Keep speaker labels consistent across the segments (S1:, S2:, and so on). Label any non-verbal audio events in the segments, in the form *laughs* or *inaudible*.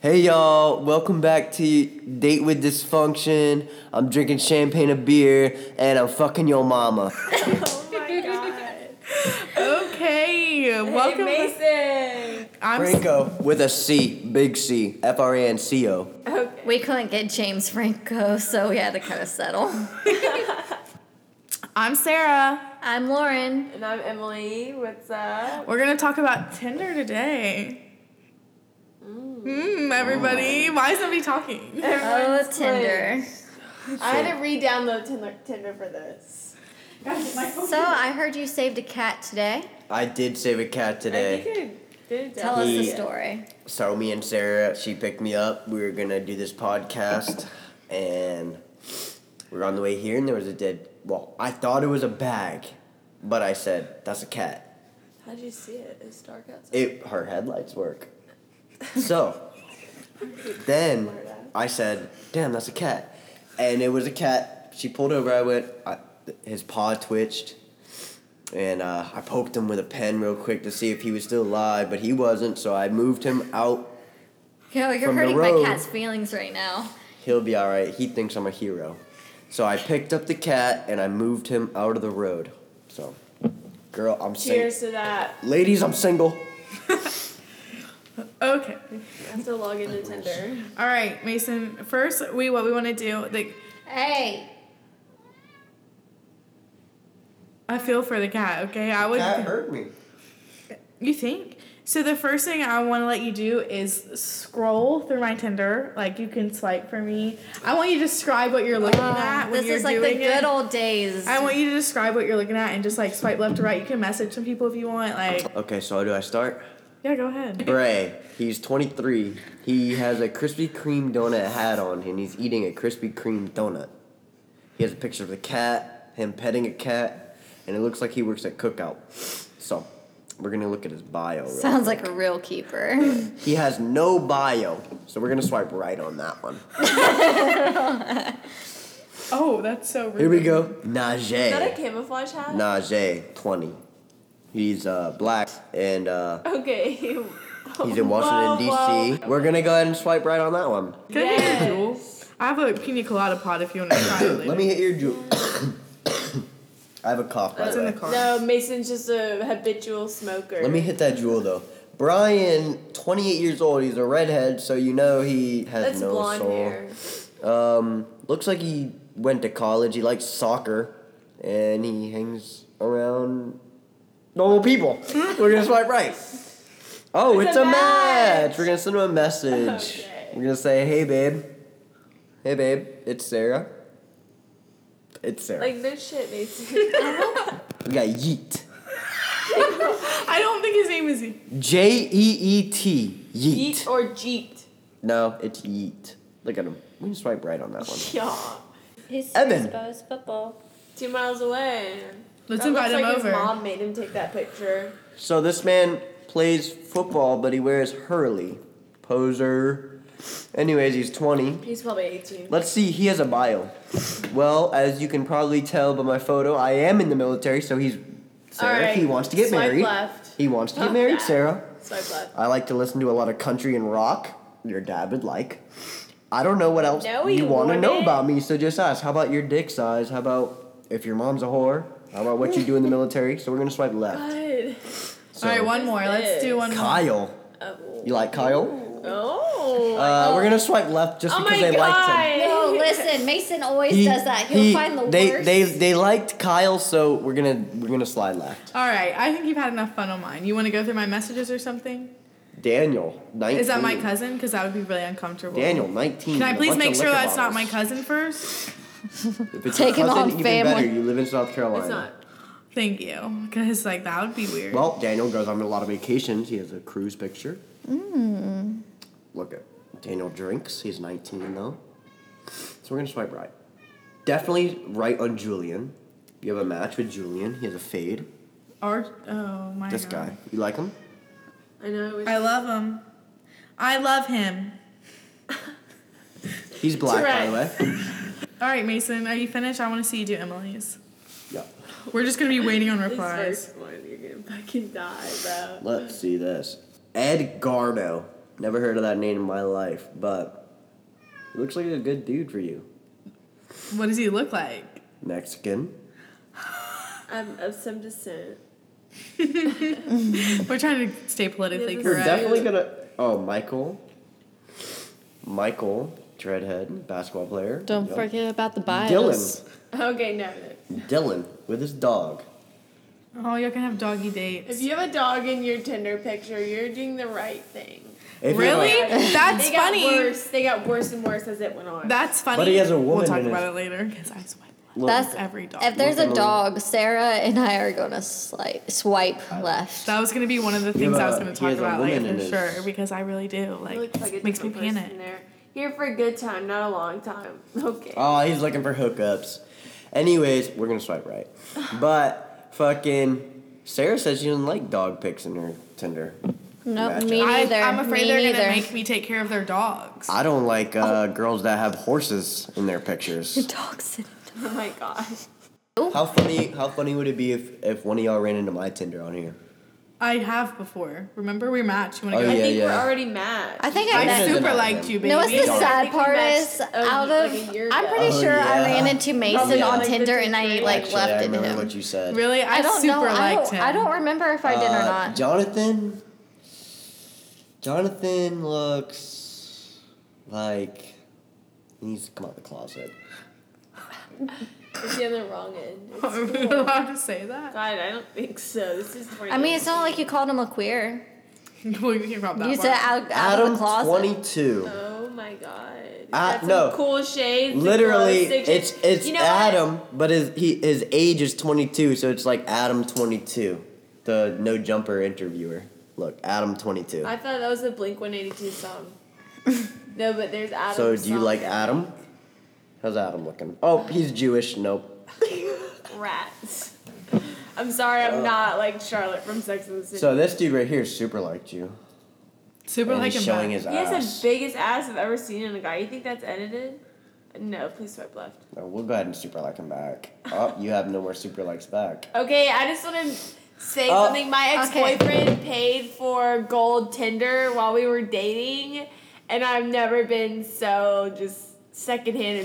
S1: Hey y'all, welcome back to Date with Dysfunction. I'm drinking champagne and beer, and I'm fucking your mama.
S2: Oh my god.
S3: Okay, welcome.
S2: Mason.
S3: I'm
S1: Franco with a C, big C, F R A N C O.
S4: We couldn't get James Franco, so we had to kind of settle.
S3: I'm Sarah.
S4: I'm Lauren.
S2: And I'm Emily. What's up?
S3: We're gonna talk about Tinder today. Mm, everybody, why is nobody talking?
S4: Oh,
S2: Everyone's
S4: Tinder.
S2: closed. I had to re-download Tinder, Tinder for this.
S4: So I heard you saved a cat today.
S1: I did save a cat
S2: I
S1: today.
S2: think I did
S4: Tell
S2: download.
S4: us the
S1: Yeah.
S4: story.
S1: So me and Sarah, she picked me up. We were gonna do this podcast, and we were on the way here, and there was a dead. Well, I thought it was a bag, but I said that's a cat.
S2: How'd you see it? It's dark outside.
S1: it her headlights work. So then I said, "Damn, that's a cat," and it was a cat. She pulled over. I went. I, his paw twitched, and uh, I poked him with a pen real quick to see if he was still alive, but he wasn't. So I moved him out.
S4: Yo, you're
S1: From the
S4: hurting my
S1: road.
S4: cat's feelings right now.
S1: He'll be all right. He thinks I'm a hero. So I picked up the cat and I moved him out of the road. So, girl, I'm single.
S2: Cheers to that.
S1: Ladies, I'm single.
S3: Okay,
S2: I have to log into Tinder.
S3: all right, Mason. First, we what we want to do. Like,
S4: Hey,
S3: I feel for the cat. Okay, I would.
S1: hurt me.
S3: You think? So the first thing I want to let you do is scroll through my Tinder. Like you can swipe for me. I want you to describe what you're looking at when
S4: Oh, this
S3: you're
S4: is like the
S3: doing
S4: good
S3: it.
S4: old days.
S3: I want you to describe what you're looking at and just like swipe left to right. You can message some people if you want. Like,
S1: Okay, so do I start?
S3: yeah, go ahead.
S1: Bray, he's 23. He has a Krispy Kreme donut hat on, and he's eating a Krispy Kreme donut. He has a picture of a cat, him petting a cat, and it looks like he works at Cookout. So, we're gonna look at his bio. real
S4: Sounds like a real
S3: *laughs*
S4: keeper.
S1: quick. He has no bio, so we're gonna swipe right on that one.
S3: Oh, that's so rude.
S1: Here we go.
S2: Is that a
S1: Najee.
S2: camouflage hat?
S1: Najee, 20. He's uh, black, and uh,
S2: Okay. He's
S1: he's in Washington, D.C. We're gonna go ahead and swipe right on that one.
S3: Can I get a jewel? I have a pina colada pod if you want to try it later.
S1: *coughs* Let me hit your jewel. I have a cough, by
S3: It's
S1: the
S3: in
S1: way.
S3: the car.
S2: No, Mason's just a habitual smoker.
S1: Let me hit that jewel, though. Brian, 28 years old, he's a redhead, so you know he has
S2: That's
S1: no
S2: blonde
S1: soul.
S2: hair.
S1: Um, looks like he went to college. He likes soccer, and he hangs around normal people. We're gonna swipe right. Oh, it's, a, match. We're gonna send him a message.
S2: Okay.
S1: We're gonna say, "Hey, babe. Hey, babe. It's Sarah. It's Sarah.
S2: Like no shit, Mason.
S1: we got yeet."
S3: I don't think his name is. E.
S1: J E E T. Yeet.
S2: Yeet or jeeped.
S1: No, it's yeet. Look at him. We can swipe right on that one.
S2: Yeah.
S4: He's
S1: Evan.
S4: football.
S2: Two miles away.
S3: Let's
S2: That
S3: invite
S2: looks
S3: him
S2: like
S3: over.
S2: His mom made him take that picture.
S1: So this man plays football, but he wears Hurley. Poser. Anyways, he's 20.
S2: He's probably 18.
S1: Let's see, he has a bio. Well, as you can probably tell by my photo, I am in the military, so he's. Sarah,
S2: All right,
S1: he wants to get
S2: swipe
S1: married.
S2: left. Oh,
S1: He wants to get
S2: Fuck
S1: married,
S2: that.
S1: Sarah.
S2: Swipe left.
S1: I like to listen to a lot of country and rock. Your dad would like. I don't know what else
S2: No,
S1: you
S2: you
S1: want to know
S2: wouldn't.
S1: about me, so just ask. How about your dick size? How about if your mom's a whore? How about what you do in the military? So we're gonna swipe left.
S2: Good.
S1: So,
S3: All right, one more. Let's do one more.
S1: Kyle.
S2: Oh.
S1: You like Kyle?
S2: Oh.
S1: Uh, we're gonna swipe left just
S2: oh
S1: because
S2: my
S1: they liked him.
S2: god.
S4: No, listen, Mason always does that. He'll
S1: he-
S4: find the
S1: they,
S4: worst.
S1: They they liked Kyle, so we're gonna we're gonna slide left.
S3: All right, I think you've had enough fun on mine. You want to go through my messages or something?
S1: Daniel, nineteen.
S3: Is that my cousin? Because that would be really uncomfortable.
S1: Daniel, nineteen.
S3: Can I
S1: with a
S3: please
S1: bunch
S3: make
S1: of
S3: sure
S1: liquor
S3: that's not my
S1: bottles.
S3: cousin first?
S1: If it's
S4: Take
S1: your
S4: him
S1: cousin,
S4: on
S1: even
S4: family.
S1: better. You live in South Carolina.
S2: It's not.
S3: Thank you. Because like that would be weird.
S1: Well, Daniel goes on a lot of vacations. He has a cruise picture. Mm. Look at Daniel drinks. He's 19 though. So we're gonna swipe right. Definitely right on Julian. You have a match with Julian. He has a fade.
S3: Our, oh my
S1: This
S3: God.
S1: guy. You like him?
S2: I know. It was
S3: I love him. I love him.
S1: He's black, by the way.
S3: All right, Mason, are you finished? I want to see you do Emily's.
S1: yeah.
S3: We're just gonna be waiting on
S2: this
S3: replies.
S2: first one. You're gonna fucking die, bro.
S1: Let's see this. Ed Garno. Never heard of that name in my life, but he looks like a good dude for you.
S3: What does he look like?
S1: Mexican.
S2: I'm of some descent.
S3: We're trying to stay politically
S2: Yeah, this
S1: You're
S2: Right.
S3: correct.
S1: definitely gonna. Oh, Michael. Michael Dreadhead, basketball player.
S5: Don't
S1: Yep.
S5: forget about the bios.
S1: Dylan.
S2: Okay, no, no.
S1: Dylan with his dog.
S3: Oh, y'all can have doggy
S2: If
S3: dates.
S2: you have a dog in your Tinder picture, you're doing the right thing.
S1: If you're
S3: Really?
S1: like-
S3: That's
S2: they got
S3: funny.
S2: Worse. They got worse and worse as it went on.
S3: That's funny.
S1: But he has a
S3: We'll
S1: woman
S3: talk
S1: in his-
S3: about it later because I swipe left.
S1: look,
S4: That's
S3: Every dog.
S4: If there's a
S1: Look,
S4: dog, Sarah and I are gonna swipe swipe left.
S3: That was gonna be one of the
S1: You
S3: things
S1: have
S3: I was
S1: a-
S3: gonna
S1: he
S3: talk
S1: has a
S3: about later
S1: woman
S3: for
S1: in his-
S3: sure because I really do.
S2: It
S3: Like,
S2: looks like a
S3: makes me
S2: different
S3: panic.
S2: person There. Here for a good time, not a long time. *laughs* Okay.
S1: oh, he's looking for hookups. Anyways, we're gonna swipe right. But fucking Sarah says she doesn't like dog pics in her Tinder.
S4: No,
S1: Gotcha.
S4: me
S3: I,
S4: neither.
S3: I'm afraid
S4: me
S3: they're
S4: neither.
S3: gonna make me take care of their dogs.
S1: I don't like uh, girls that have horses in their pictures.
S4: dog sitting.
S2: Oh my god.
S1: How funny? How funny would it be if, if one of y'all ran into my Tinder on here?
S3: I have before. Remember we matched. You wanna
S1: Oh,
S3: go?
S2: I
S1: yeah,
S2: think
S1: yeah.
S2: we're already mad.
S4: I think I
S3: I
S1: Yeah,
S4: met.
S1: did
S3: super
S1: not
S3: liked
S1: him.
S3: you, baby.
S4: You know what's the sad
S2: we
S4: part
S2: matched,
S4: is?
S2: oh,
S4: Out
S2: like
S4: of
S2: a year
S4: I'm
S2: ago.
S4: pretty
S1: Oh,
S4: sure I
S1: yeah.
S4: ran into Mason
S1: Probably
S4: on
S2: like the
S4: Tinder
S2: fifth
S4: and I
S2: grade.
S4: like
S1: Actually, I
S4: left it
S1: remember
S4: him.
S1: what you said.
S3: Really, I,
S4: I don't
S3: super
S4: know. I
S3: liked
S4: don't,
S3: him.
S4: I don't remember if I did
S1: Uh,
S4: or not.
S1: Jonathan. Jonathan looks like he needs to come out the closet.
S2: It's the other wrong end. It's *laughs*
S3: Are *laughs* we
S2: cool.
S3: allowed to say that? *laughs*
S2: God, I don't think so. This is
S4: I mean, it's not like you called him a queer.
S3: Well, you can drop that
S4: You
S3: part.
S4: said out, out of
S1: Adam
S4: the closet.
S1: twenty two.
S2: Oh my god.
S1: Ah,
S2: That's
S1: no.
S2: some cool shades. the
S1: Literally,
S2: glow sticks.
S1: it's it's
S2: You know what?
S1: Adam, but his he his age is twenty two, so it's like Adam twenty two, the no jumper interviewer. Look, Adam twenty two.
S2: I thought that was a Blink
S1: *laughs*
S2: 182 song. no, but there's Adam.
S1: So do you like Adam? How's Adam looking? Oh, he's Jewish. Nope.
S2: Rats. I'm sorry, I'm not like Charlotte from Sex and the City.
S1: Uh, So this dude right here super liked you.
S3: super
S1: And
S3: like
S1: he's
S3: him.
S1: showing
S3: back.
S1: his
S2: he has
S1: ass.
S2: the biggest ass I've ever seen in a guy. You think that's edited? No, please swipe left.
S1: No, Oh, we'll go ahead and super like him back. Oh, you have no more super likes back.
S2: Okay, I just want to say
S1: Oh.
S2: something. My ex boyfriend paid for gold Tinder while we were dating, and I've never been so just secondhand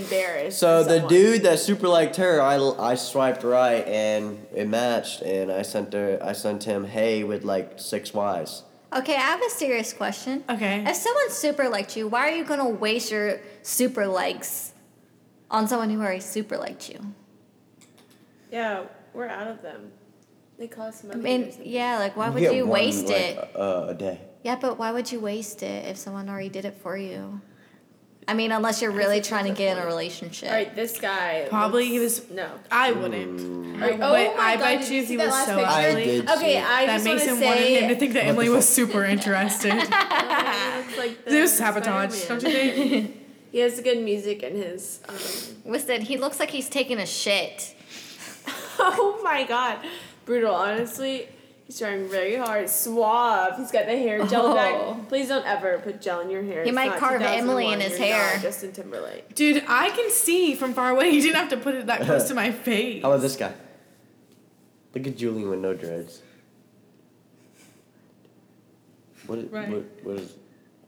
S1: *laughs*
S2: embarrassed.
S1: So
S2: for
S1: the
S2: someone.
S1: dude that super liked her, I, I swiped right and it matched, and I sent her I sent him hey with like six Ys.
S4: Okay, I have a serious question.
S3: Okay.
S4: If someone super liked you, why are you gonna waste your super likes on someone who already super liked you?
S2: Yeah, we're out of them. They cost
S4: I
S2: money.
S4: mean, yeah, like why would
S1: get
S4: you
S1: one,
S4: waste
S1: like,
S4: it?
S1: Uh, a day.
S4: Yeah, but why would you waste it if someone already did it for you? I mean, unless you're really trying to get in a relationship.
S2: All right, this guy.
S3: Probably he
S2: looks-
S3: was- Oh
S2: No.
S3: I wouldn't.
S2: Like,
S3: but I bet
S2: did
S3: you
S2: see
S3: he
S2: that
S3: was
S2: last
S3: so
S2: picture?
S1: I did see
S2: Okay,
S1: it.
S2: I
S3: that
S2: just want to
S3: Mason wanted
S2: say.
S3: him
S2: *laughs*
S3: to *laughs* think that Emily was super interested.
S2: uh, he looks like the
S3: It was sabotage, don't
S2: Spider-Man.
S3: you think?
S2: He has good music in his. Um...
S4: Listen, he looks like he's taking a shit.
S2: *laughs* oh my god, brutal. Honestly, he's trying very hard. Suave. He's got the hair gel
S4: Oh.
S2: back. Please don't ever put gel in your hair.
S4: He
S2: It's
S4: might
S2: not
S4: carve
S2: 2001.
S4: Emily in his
S2: You're not
S4: hair.
S2: Justin Timberlake.
S3: Dude, I can see from far away. *laughs* You didn't have to put it that close to my face.
S1: How about this guy? Look at Julian with no dreads. What? Is,
S3: Right.
S1: what, what is?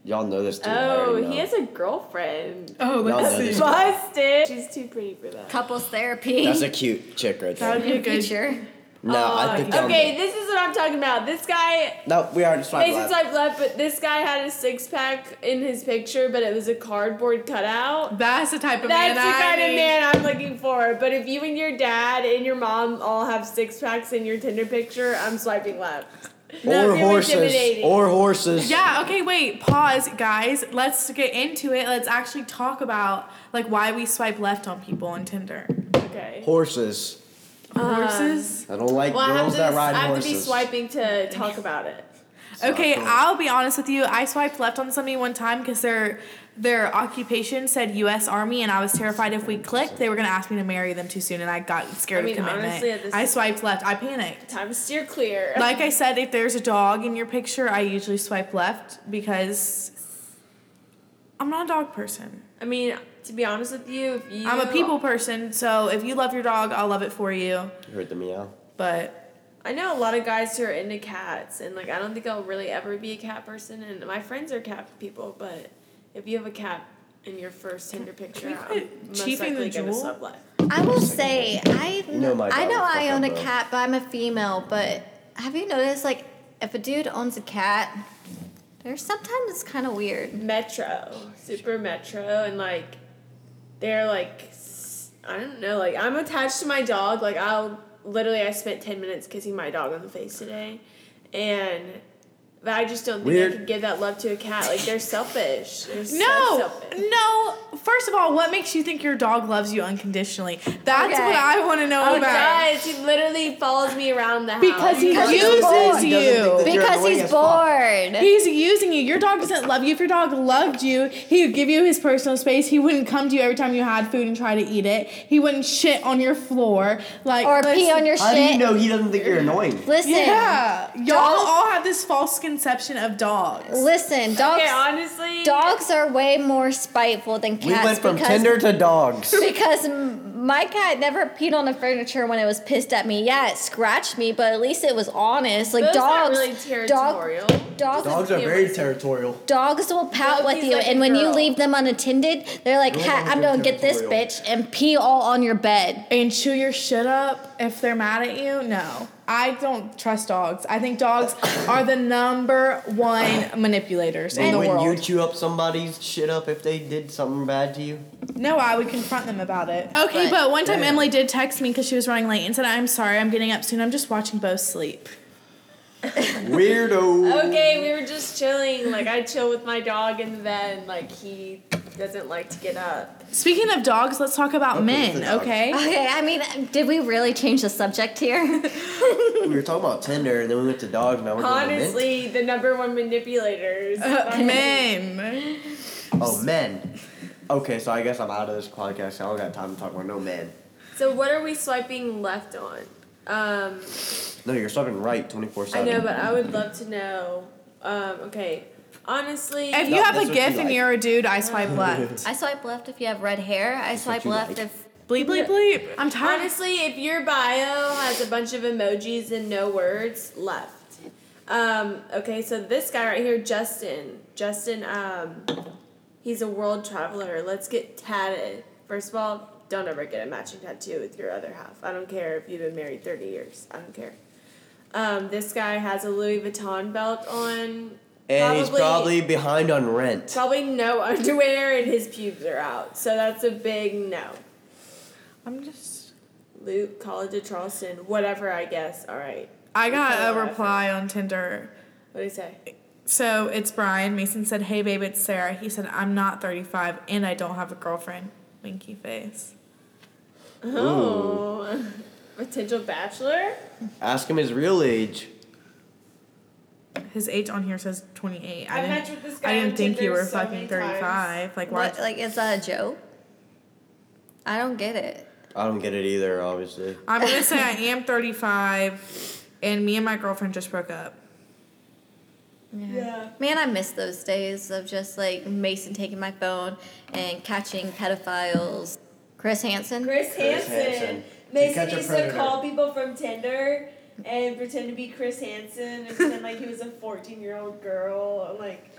S1: Y'all know this dude. I already
S2: Oh,
S1: know.
S2: he has a girlfriend.
S3: Oh,
S1: Y'all
S3: let's
S1: know
S3: see.
S1: this.
S2: Busted. She's too pretty for that.
S4: Couples therapy.
S1: That's
S4: *laughs*
S1: a cute chick right there.
S3: That would be a
S4: in
S3: good.
S4: future.
S1: No, I think. I'm-
S2: Okay, this is what I'm talking about. This guy,
S1: No, we already swiped
S2: Mason
S1: left.
S2: swiped left, but this guy had a six pack in his picture, but it was a cardboard cutout.
S3: That's the type of
S2: That's
S3: man
S2: the
S3: I
S2: kind of
S3: need.
S2: man I'm looking for. But if you and your dad and your mom all have six packs in your Tinder picture, I'm swiping left. No,
S1: or
S2: you're
S1: horses.
S2: intimidating.
S1: Or horses.
S3: Yeah, okay, wait, pause, guys. Let's get into it. Let's actually talk about like why we swipe left on people on Tinder.
S2: Okay.
S1: Horses.
S2: Uh,
S3: Horses.
S1: I don't like
S2: Well, I have,
S1: girls
S2: to,
S1: that ride
S2: I have to
S1: horses.
S2: be swiping to talk about it.
S3: okay,
S1: cool.
S3: I'll be honest with you. I swiped left on somebody one time because their their occupation said U.S. Army, and I was terrified if we clicked, they were gonna ask me to marry them too soon, and I got
S2: I
S3: scared
S2: mean,
S3: of commitment.
S2: honestly, at this-
S3: I swiped left. I panicked.
S2: Time to steer clear.
S3: Like I said, if there's a dog in your picture, I usually swipe left because I'm not a dog person.
S2: I mean, to be honest with you, if you
S3: I'm a people person, so if you love your dog, I'll love it for you.
S1: You heard the meow.
S3: But
S2: I know a lot of guys who are into cats, and like I don't think I'll really ever be a cat person. And my friends are cat people, but if you have a cat in your first Tinder picture,
S3: you
S2: I'm
S3: quit
S2: most
S3: cheaping the
S2: likely gonna
S3: jewel?
S2: sub life.
S4: I will say I
S1: know my
S4: I
S1: dog
S4: know
S1: would fuck
S4: I own
S1: up,
S4: a
S1: though.
S4: cat, but I'm a female. But have you noticed like if a dude owns a cat, they're sometimes it's kind of weird.
S2: Metro, Super Metro, and like they're like s- I don't know. Like I'm attached to my dog. Like I'll literally I spent ten minutes kissing my dog on the face today, and but I just don't think
S1: Weird.
S2: I could give that love to a cat. Like they're selfish. They're so
S3: No,
S2: selfish.
S3: no. First of all, what makes you think your dog loves you unconditionally? That's
S4: Okay.
S3: what I want to know
S2: Oh,
S3: about.
S2: guys, he literally follows me around the house.
S3: Because he
S4: Because he's
S3: uses
S4: bored.
S1: He doesn't think
S3: you.
S1: that- You're
S4: Because
S1: annoying
S4: he's
S1: as fuck.
S4: bored.
S3: He's using you. Your dog doesn't love you. If your dog loved you, he would give you his personal space. He wouldn't come to you every time you had food and try to eat it. He wouldn't shit on your floor, like
S4: or pee on your
S1: How do you
S4: shit.
S1: know he doesn't think
S2: Mm-hmm.
S1: you're annoying?
S4: Listen,
S3: Yeah, y'all
S4: Dogs-
S3: all have this false conception of dogs.
S4: listen, dogs.
S2: Okay, honestly,
S4: Dogs are way more spiteful than
S1: We
S4: cats
S1: went from
S4: because
S1: Tinder to
S2: *laughs*
S1: dogs.
S4: because m- my cat never peed on the furniture when it was pissed at me. Yeah, it scratched me, but at least it was honest. Like
S2: Those
S4: dogs,
S2: aren't really territorial.
S4: Dog, dogs,
S1: Dogs
S4: dogs,
S1: are
S2: Yeah,
S1: very
S2: but-
S1: territorial.
S4: will pout
S2: Dog
S4: with
S2: is
S4: you,
S2: like a
S4: and when you
S2: girl.
S4: leave them unattended, they're like,
S1: Girl
S4: "Ha,
S1: dogs
S4: "I'm
S1: are
S4: gonna get this
S1: territorial.
S4: bitch and pee all on your bed."
S3: And chew your shit up if they're mad at you. No, I don't trust dogs. I think dogs are the number one manipulators in
S1: And
S3: the
S1: when you
S3: world.
S1: chew up somebody's shit up if they did something bad to you,
S3: No, I would confront them about it. Okay,
S4: But-
S3: but, one time
S1: Damn.
S3: Emily did text me because she was running late and said, "I'm sorry, I'm getting up soon. I'm just watching Bo sleep."
S1: weirdo.
S2: *laughs* Okay, we were just chilling. Like I chill with my dog in the bed. and, Like he doesn't like to get up.
S3: Speaking of dogs, let's talk about
S1: Okay,
S3: men.
S1: the dogs.
S3: Okay.
S4: Okay, I mean, did we really change the subject here?
S1: We were talking about Tinder and then we went to dogs. Now we're going to men.
S2: Honestly, the number one manipulators.
S3: Uh, men.
S1: Oh, men. Okay, so I guess I'm out of this podcast. I don't got time to talk about no men.
S2: So what are we swiping left on? Um,
S1: No, you're swiping right 24
S2: I
S1: 7.
S2: know, but I would love to know. Um, okay, honestly,
S3: If
S1: No,
S3: you have
S1: that's
S3: a
S1: what
S3: GIF
S1: you
S3: and
S1: like.
S3: you're a dude, I
S1: *laughs*
S3: swipe left.
S4: I swipe left if you have red hair. I
S1: what
S4: swipe
S1: you
S4: left
S1: like.
S4: if
S3: bleep bleep bleep. I'm tired.
S2: honestly, if your bio has a bunch of emojis and no words, left. Um, okay, so this guy right here, Justin. Justin, um, he's a world traveler. Let's get tatted. First of all, don't ever get a matching tattoo with your other half. I don't care if you've been married 30 years. I don't care. Um, this guy has a Louis Vuitton belt on.
S1: And he's probably behind on rent.
S2: Probably no *laughs* underwear and his pubes are out. So that's a big no.
S3: I'm just.
S2: Luke, College of Charleston, whatever, I guess. All right.
S3: I got
S2: Okay,
S3: a
S2: I-
S3: reply on Tinder.
S2: What do you say?
S3: So it's Brian Mason said, "Hey babe, it's Sarah." He said, "I'm not 35 and I don't have a girlfriend." Winky face.
S2: *laughs* Oh. Potential bachelor?
S1: Ask him his real age.
S3: His age on here says 28. I,
S2: I
S3: didn't,
S2: matched with this guy
S3: I
S2: on
S3: didn't think you
S2: Tinder
S3: were
S2: so many
S3: fucking 35. Like why?
S4: what, like, is that a joke? I don't get it.
S1: I don't get it either, obviously.
S3: I'm gonna say I am 35, and me and my girlfriend just broke up.
S2: Yeah.
S4: Man, I miss those days of just like Mason taking my phone and catching pedophiles. Chris Hansen.
S2: Chris
S1: Chris
S2: Hansen.
S1: Hansen. To
S2: Mason
S1: catch a
S2: used to
S1: predator.
S2: call people from Tinder and pretend to be Chris Hansen and pretend like he was a 14 year old girl. and Like,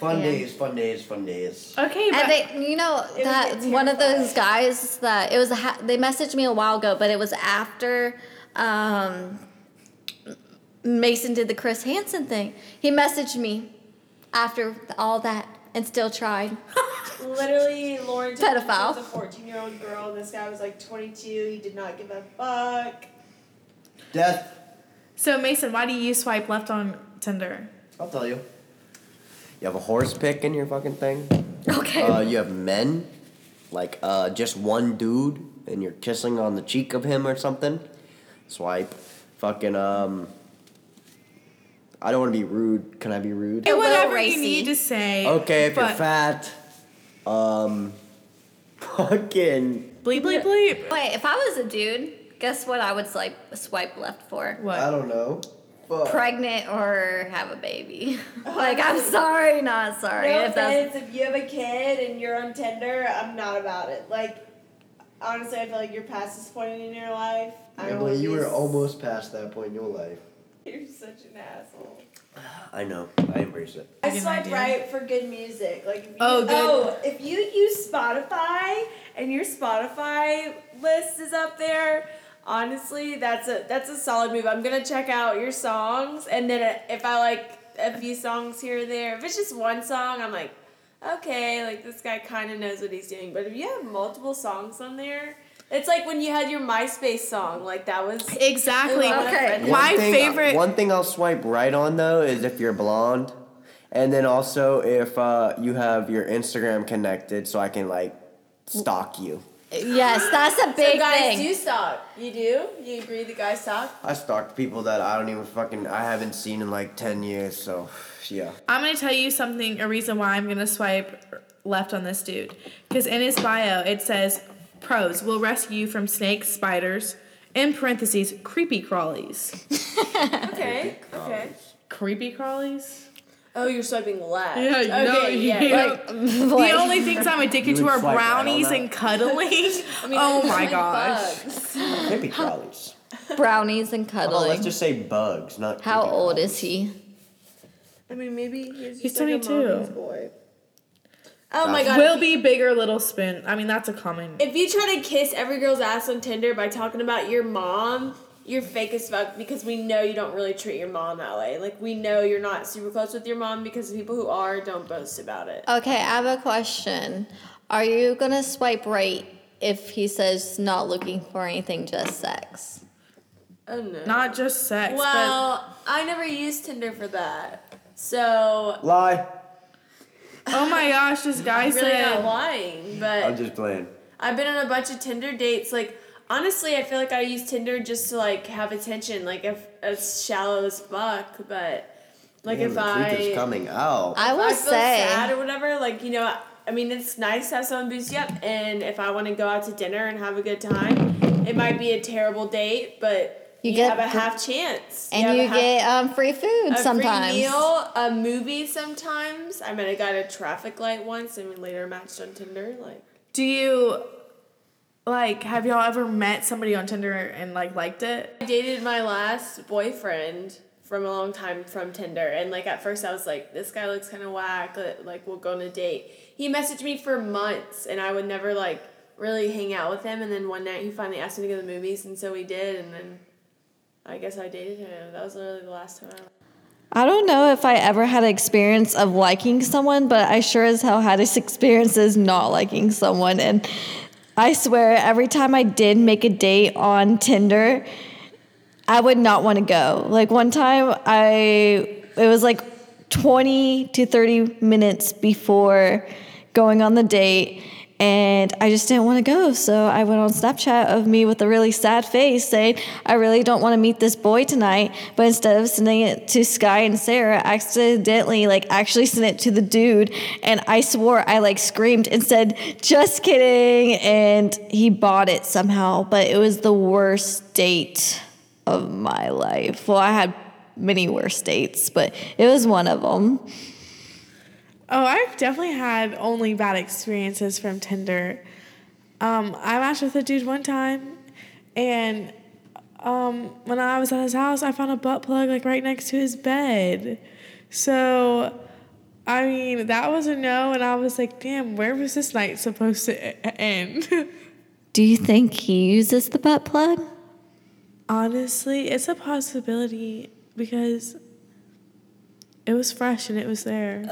S1: Fun
S4: Yeah.
S1: days, fun days, fun days.
S3: Okay, but
S4: And they, you know,
S2: It
S4: that
S2: was
S4: one of those guys that it was. A ha- they messaged me a while ago, but it was after um, Mason did the Chris Hansen thing. He messaged me after all that and still tried. *laughs*
S2: literally, Lauren told me she
S4: Pedophile.
S2: was a 14 year old girl and this guy was like 22. He did not give a fuck.
S1: Death,
S3: so Mason, why do you swipe left on Tinder?
S1: I'll tell you. You have a horse pick in your fucking thing.
S4: Okay.
S1: Uh, you have men, like uh, just one dude, and you're kissing on the cheek of him or something. Swipe, fucking um. I don't want to be rude. Can I be rude?
S4: little
S3: Whatever
S4: racy.
S3: you need to say.
S1: Okay, if you're
S3: but-
S1: fat, um, fucking.
S3: Bleep bleep bleep.
S4: Wait, if I was a dude, guess what I would swipe swipe left for?
S3: What?
S1: I don't know. Fuck.
S4: pregnant or have a
S2: *laughs*
S4: baby. *laughs* like I'm sorry, not sorry.
S2: No
S4: if that's
S2: offense, if you have a kid and you're on Tinder, I'm not about it. Like, honestly, I feel like you're past this point in your life. I don't
S1: Emily,
S2: wanna
S1: you
S2: be *laughs*
S1: were
S2: s-
S1: almost past that point in your life.
S2: You're such an asshole.
S1: I know. I embrace it.
S2: I
S3: Give an
S2: swipe
S3: idea.
S2: right for good music. Like if you,
S3: Oh, good.
S2: oh, if you use Spotify and your Spotify list is up there, honestly, that's a that's a solid move. I'm gonna check out your songs, and then if I like a few songs here or there, if it's just one song, I'm like, okay, like this guy kind of knows what he's doing. But if you have multiple songs on there, it's like when you had your MySpace song, like that was
S3: Exactly.
S2: Ooh, I wanna
S4: Okay.
S2: friend
S3: My
S1: One thing-
S3: favorite-
S1: One thing I'll swipe right on though is if you're blonde, and then also if uh, you have your Instagram connected, so I can like stalk you.
S4: Yes, that's a
S2: so
S4: big
S2: guys
S4: thing.
S2: do suck. You do? You agree the guys suck?
S1: I stalked people that I don't even fucking I haven't seen in like ten years. So yeah.
S3: I'm gonna tell you something, a reason why I'm gonna swipe left on this dude. Because in his bio, it says, Pros will rescue you from snakes, spiders, in parentheses, creepy crawlies.
S2: Okay. Okay.
S3: Creepy crawlies?
S2: Oh, you're swiping left.
S3: Yeah,
S2: okay,
S3: no,
S2: yeah.
S3: you-
S2: Like,
S4: *laughs*
S2: *laughs*
S4: like,
S3: The
S4: like-
S3: only things I'm addicted
S1: You
S3: to
S1: would
S3: are
S1: swipe right on
S3: brownies
S1: that?
S3: and cuddling.
S2: *laughs* I mean,
S3: oh
S2: it's
S3: my
S2: like
S3: gosh.
S2: bugs.
S1: Maybe crawlies.
S4: brownies and
S1: Hold on,
S4: cuddling.
S1: let's just say bugs, not.
S4: How
S1: creepy
S4: old
S1: crawlies.
S4: is he?
S2: I mean, maybe he's,
S3: He's
S2: just like a
S3: 22.
S2: mommy's boy. Oh my
S1: That's-
S2: god.
S3: Will be bigger, little spoon. I mean, that's a common.
S2: If you try to kiss every girl's ass on Tinder by talking about your mom, you're fake as fuck because we know you don't really treat your mom that way. Like we know you're not super close with your mom because the people who are don't boast about it.
S4: Okay, I have a question. Are you gonna swipe right if he says not looking for anything, just sex?
S2: Oh no.
S3: Not just sex,
S2: well, I never used Tinder for that. So
S1: Lie.
S3: but oh my gosh, this guy
S2: I'm *laughs* really not
S3: said
S2: lying, but
S1: I'm just playing.
S2: I've been on a bunch of Tinder dates. Like honestly, I feel like I use Tinder just to like have attention. Like if it's shallow as fuck, but like
S1: Damn,
S2: if
S1: the truth is
S2: I
S1: coming out.
S4: I will
S2: I feel sad
S4: say,
S2: or whatever, like you know, I- I mean it's nice to have someone boost you up. And if I want to go out to dinner and have a good time, it might be a terrible date, but
S4: You
S2: you,
S4: get
S2: have a
S4: the-
S2: half chance.
S4: and
S2: have a
S4: you
S2: half-
S4: get um, free food
S2: a
S4: sometimes.
S2: free meal, a movie sometimes. I met a guy at a traffic light once, and we later matched on Tinder. Like,
S3: Do you like have y'all ever met somebody on Tinder and like liked it?
S2: I dated my last boyfriend from a long time from Tinder, and like at first I was like, this guy looks kind of whack. li- Like we'll go on a date. He messaged me for months, and I would never like really hang out with him. And then one night he finally asked me to go to the movies, and so we did. And then I guess I dated him. That was literally the last time. I
S4: I don't know if I ever had an experience of liking someone, but I sure as hell had *laughs* this experience as not liking someone. And I swear, every time I did make a date on Tinder, I would not want to go. Like one time, I it was like 20 to 30 minutes before going on the date, and I just didn't want to go. So I went on Snapchat of me with a really sad face saying, I really don't want to meet this boy tonight. But instead of sending it to Sky and Sarah, I accidentally, like, actually sent it to the dude, and I swore I like screamed and said, Just kidding. And he bought it somehow, but it was the worst date of my life. Well, I had many worse dates, but it was one of them.
S3: Oh, I've definitely had only bad experiences from Tinder. Um, I matched with a dude one time, and um, when I was at his house, I found a butt plug like right next to his bed. So, I mean, that was a no, and I was like, damn, where was this night supposed to e- end? *laughs*
S4: Do you think he uses the butt plug?
S3: Honestly, it's a possibility because it was fresh and it was there.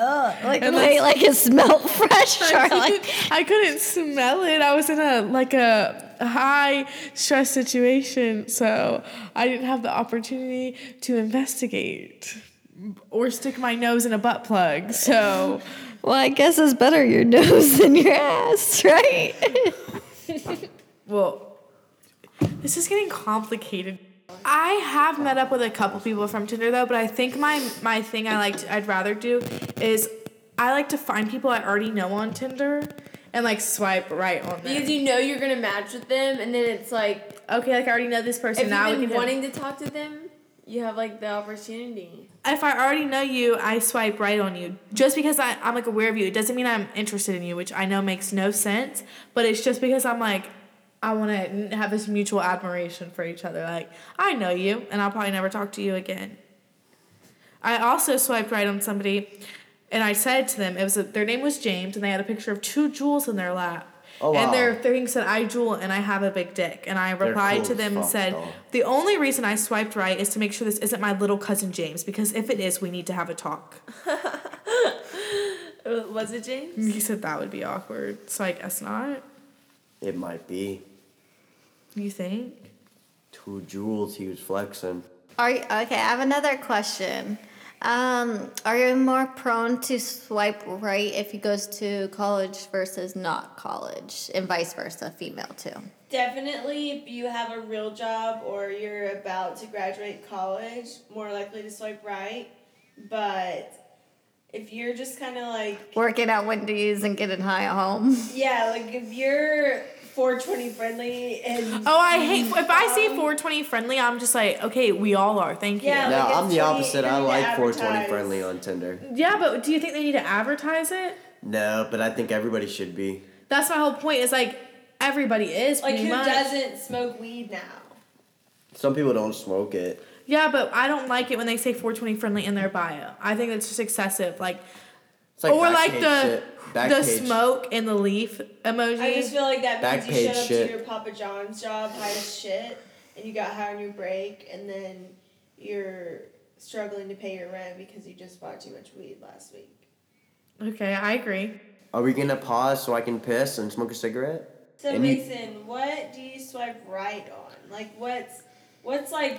S4: Like, wait, like it smelled *laughs*
S2: *laughs*
S4: fresh,
S3: *laughs* I,
S4: Charlotte.
S3: couldn't, I couldn't smell it. I was in a like a high stress situation, so I didn't have the opportunity to investigate or stick my nose in a butt plug. So
S4: Well, I guess it's better your *laughs* nose than your ass, right?
S3: Well, this is getting complicated. I have met up with a couple people from Tinder though, but I think my my thing I like to, I'd rather do is I like to find people I already know on Tinder and like swipe right on them.
S2: because you know you're gonna match with them, and then it's like
S3: Okay, like I already know this person
S2: if
S3: now.
S2: you've
S3: we
S2: been
S3: can-
S2: wanting to talk to them, you have like the opportunity.
S3: if I already know you, I swipe right on you. Just because I, I'm like aware of you, it doesn't mean I'm interested in you, which I know makes no sense. But it's just because I'm like, I want to have this mutual admiration for each other. Like, I know you, and I'll probably never talk to you again. I also swiped right on somebody, and I said to them, it was a, their name was James, and they had a picture of two jewels in their lap.
S1: Oh, wow.
S3: And their thing said, I jewel and I have a big dick. And I replied
S1: cool
S3: to
S1: as
S3: them and
S1: fuck,
S3: said,
S1: though.
S3: The only reason I swiped right is to make sure this isn't my little cousin James, because if it is, we need to have a talk.
S2: Uh, Was it James?
S3: He said that would be awkward. So I guess not.
S1: It might be
S3: You think?
S1: two jewels he was flexing.
S4: Are you, okay, I have another question. Um, are you more prone to swipe right if he goes to college versus not college, and vice versa, female too?
S2: Definitely, if you have a real job or you're about to graduate college, more likely to swipe right. But if you're just kind of like,
S4: Working at Wendy's and getting high at home.
S2: yeah, like if you're 420 friendly
S3: *laughs*
S2: and
S3: Oh, I hate if I see 420 friendly, I'm just like, okay, we all are. Thank you.
S2: Yeah.
S1: Now
S2: like,
S1: I'm
S2: it's
S1: the
S2: funny,
S1: opposite.
S2: you
S1: I
S2: need to
S1: like 420
S2: advertise.
S1: friendly on Tinder.
S3: Yeah, but do you think they need to advertise it?
S1: No, but I think everybody should be.
S3: That's my whole point. Is like everybody is
S2: like
S3: pretty
S2: who
S3: much.
S2: doesn't smoke weed now?
S1: Some people don't smoke it.
S3: Yeah, but I don't like it when they say 420 friendly in their bio. I think that's just excessive. Like,
S1: It's like
S3: Oh, or like
S1: Backpage
S3: the
S1: shit.
S3: the
S1: Backpage.
S3: smoke and the leaf emoji.
S2: I just feel like that means you
S1: Backpage
S2: showed up
S1: shit.
S2: to your Papa John's job high as shit and you got high on your break and then you're struggling to pay your rent because you just bought too much weed last week.
S3: okay, I agree.
S1: Are we gonna pause so I can piss and smoke a cigarette?
S2: So
S1: And you-
S2: Mason, what do you swipe right on? Like what's what's like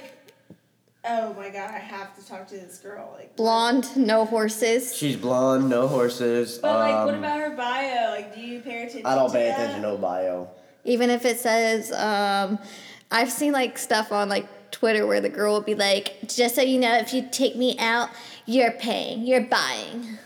S2: oh my god, I have to talk to this girl. Like
S4: *laughs* Blonde, no horses.
S1: She's blonde, no horses.
S2: But like what
S1: um,
S2: about her bio? Like do you pay attention
S1: I don't
S2: to
S1: pay
S2: that?
S1: attention to no bio.
S4: Even if it says, um, I've seen like stuff on like Twitter where the girl will be like, just so you know, if you take me out, you're paying, you're buying.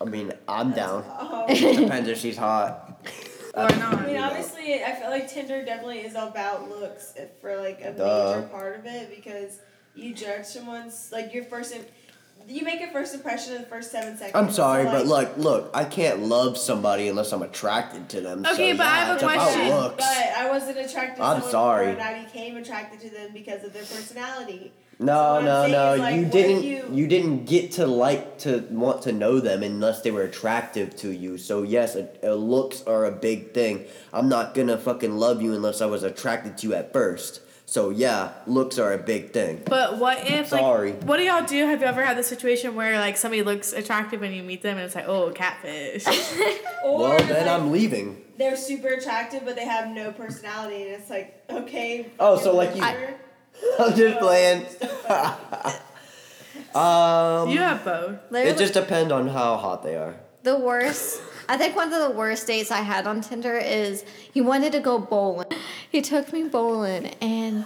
S1: I mean, I'm down. *laughs*
S2: Oh.
S1: Depends if she's hot.
S3: *laughs* Or
S2: I mean,
S3: not.
S2: obviously, I feel like Tinder definitely is about looks for like a
S1: Duh.
S2: major part of it because you judge someone's like your first, imp- you make a first impression in the first seven seconds.
S1: I'm sorry,
S2: So,
S1: but
S2: like-
S1: look, look, I can't love somebody unless I'm attracted to them. so,
S3: Okay, but I
S1: yeah,
S3: have a
S1: it's
S3: question.
S1: About looks.
S2: But I wasn't attracted. to
S1: I'm
S2: someone
S1: sorry.
S2: Before, and I became attracted to them because of their personality.
S1: No,
S2: So what
S1: no,
S2: I'm
S1: no.
S2: saying is, like,
S1: you
S2: what
S1: didn't. You...
S2: you-
S1: didn't get to like to want to know them unless they were attractive to you. So yes, a, a looks are a big thing. I'm not gonna fucking love you unless I was attracted to you at first. So yeah, looks are a big thing.
S3: But what if like
S1: Sorry.
S3: what do y'all do? Have you ever had the situation where like somebody looks attractive and you meet them and it's like, oh catfish? *laughs*
S2: Or
S1: Well, then
S2: like,
S1: I'm leaving. *laughs*
S2: they're super attractive, but they have no personality, and it's like okay.
S1: Oh, so,
S2: fucking
S1: like, you-
S2: loser.
S1: I'm just
S2: *laughs*
S1: playing. um,
S3: you have both.
S1: it
S4: Literally,
S1: just depends on how hot they
S2: *laughs*
S1: are.
S4: the worst. I think one of the worst dates I had on Tinder is he wanted to go bowling. He took me bowling, and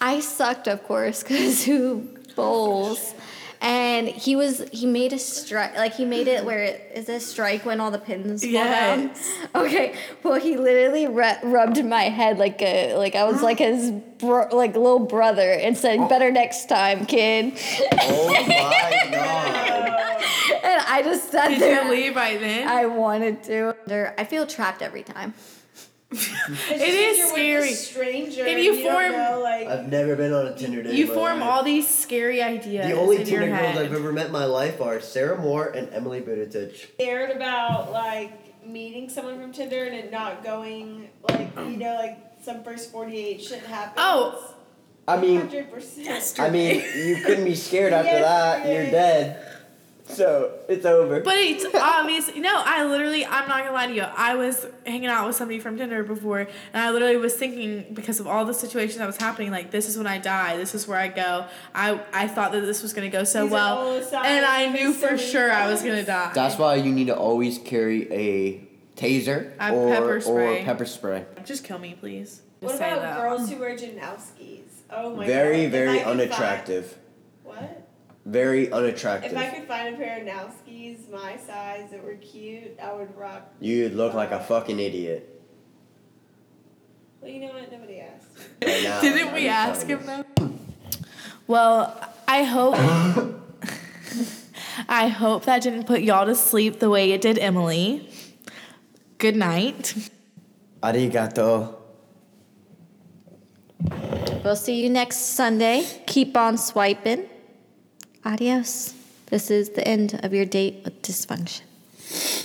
S4: I sucked, of course, because who bowls? And he was he made a strike like he made it where it is a strike when all the pins fall down.
S3: Yes.
S4: Okay, well he literally ru- rubbed my head like a like I was like his bro- like little brother and said better next time, kid. *laughs*
S1: Oh
S2: *laughs*
S1: my god.
S4: and I just sat
S3: Did
S4: there.
S3: you leave by then?
S4: I wanted to. There- I feel trapped every time.
S2: It's
S3: It
S2: just
S3: is
S2: you're with a
S3: scary.
S2: stranger,
S3: And you
S2: don't
S3: form-
S2: know, like
S1: I've never been on a Tinder date.
S3: you
S1: in my
S3: form
S1: life.
S3: all these scary ideas.
S1: The only
S3: in
S1: Tinder
S3: your
S1: girls
S3: head.
S1: I've ever met in my life are Sarah Moore and Emily Buttigieg.
S2: scared about like meeting someone from Tinder and it not going like you know like some first forty eight shit happens.
S3: Oh.
S1: I mean,
S2: hundred percent.
S1: I mean, you couldn't be scared after
S2: Yes,
S1: that. You're
S2: yes.
S1: dead. So it's over.
S3: But it's obvious. No, I literally, I'm not gonna lie to you. I was hanging out with somebody from Tinder before, and I literally was thinking because of all the situation that was happening. Like, this is when I die. This is where I go. I I thought that this was gonna go so
S2: These are all
S3: well,
S2: the signs.
S3: and I knew
S2: These are
S3: for
S2: the
S3: sure I was gonna
S2: signs.
S3: die.
S1: That's why you need to always carry a taser
S3: A
S1: or
S3: pepper
S1: or
S3: spray.
S1: pepper spray.
S3: Just kill me, please.
S2: What
S3: Just say
S2: about
S3: that.
S2: girls who wear Janowskis? Oh my
S1: very,
S2: god.
S1: very
S2: If I could find-
S1: unattractive.
S2: what?
S1: Very unattractive.
S2: If I could find a pair of Nowskis my size that were cute, I would rock.
S1: You'd look like a fucking idiot.
S2: Well, you know what? Nobody asked.
S1: Right
S2: *laughs*
S1: now,
S3: Didn't
S1: I'm
S3: we
S1: just
S3: ask
S1: telling
S3: him though? Well, I hope. I hope that didn't put y'all to sleep the way it did Emily. Good night.
S1: you. Arigato.
S4: We'll see you next Sunday. Keep on swiping. Adios. This is the end of your date with dysfunction.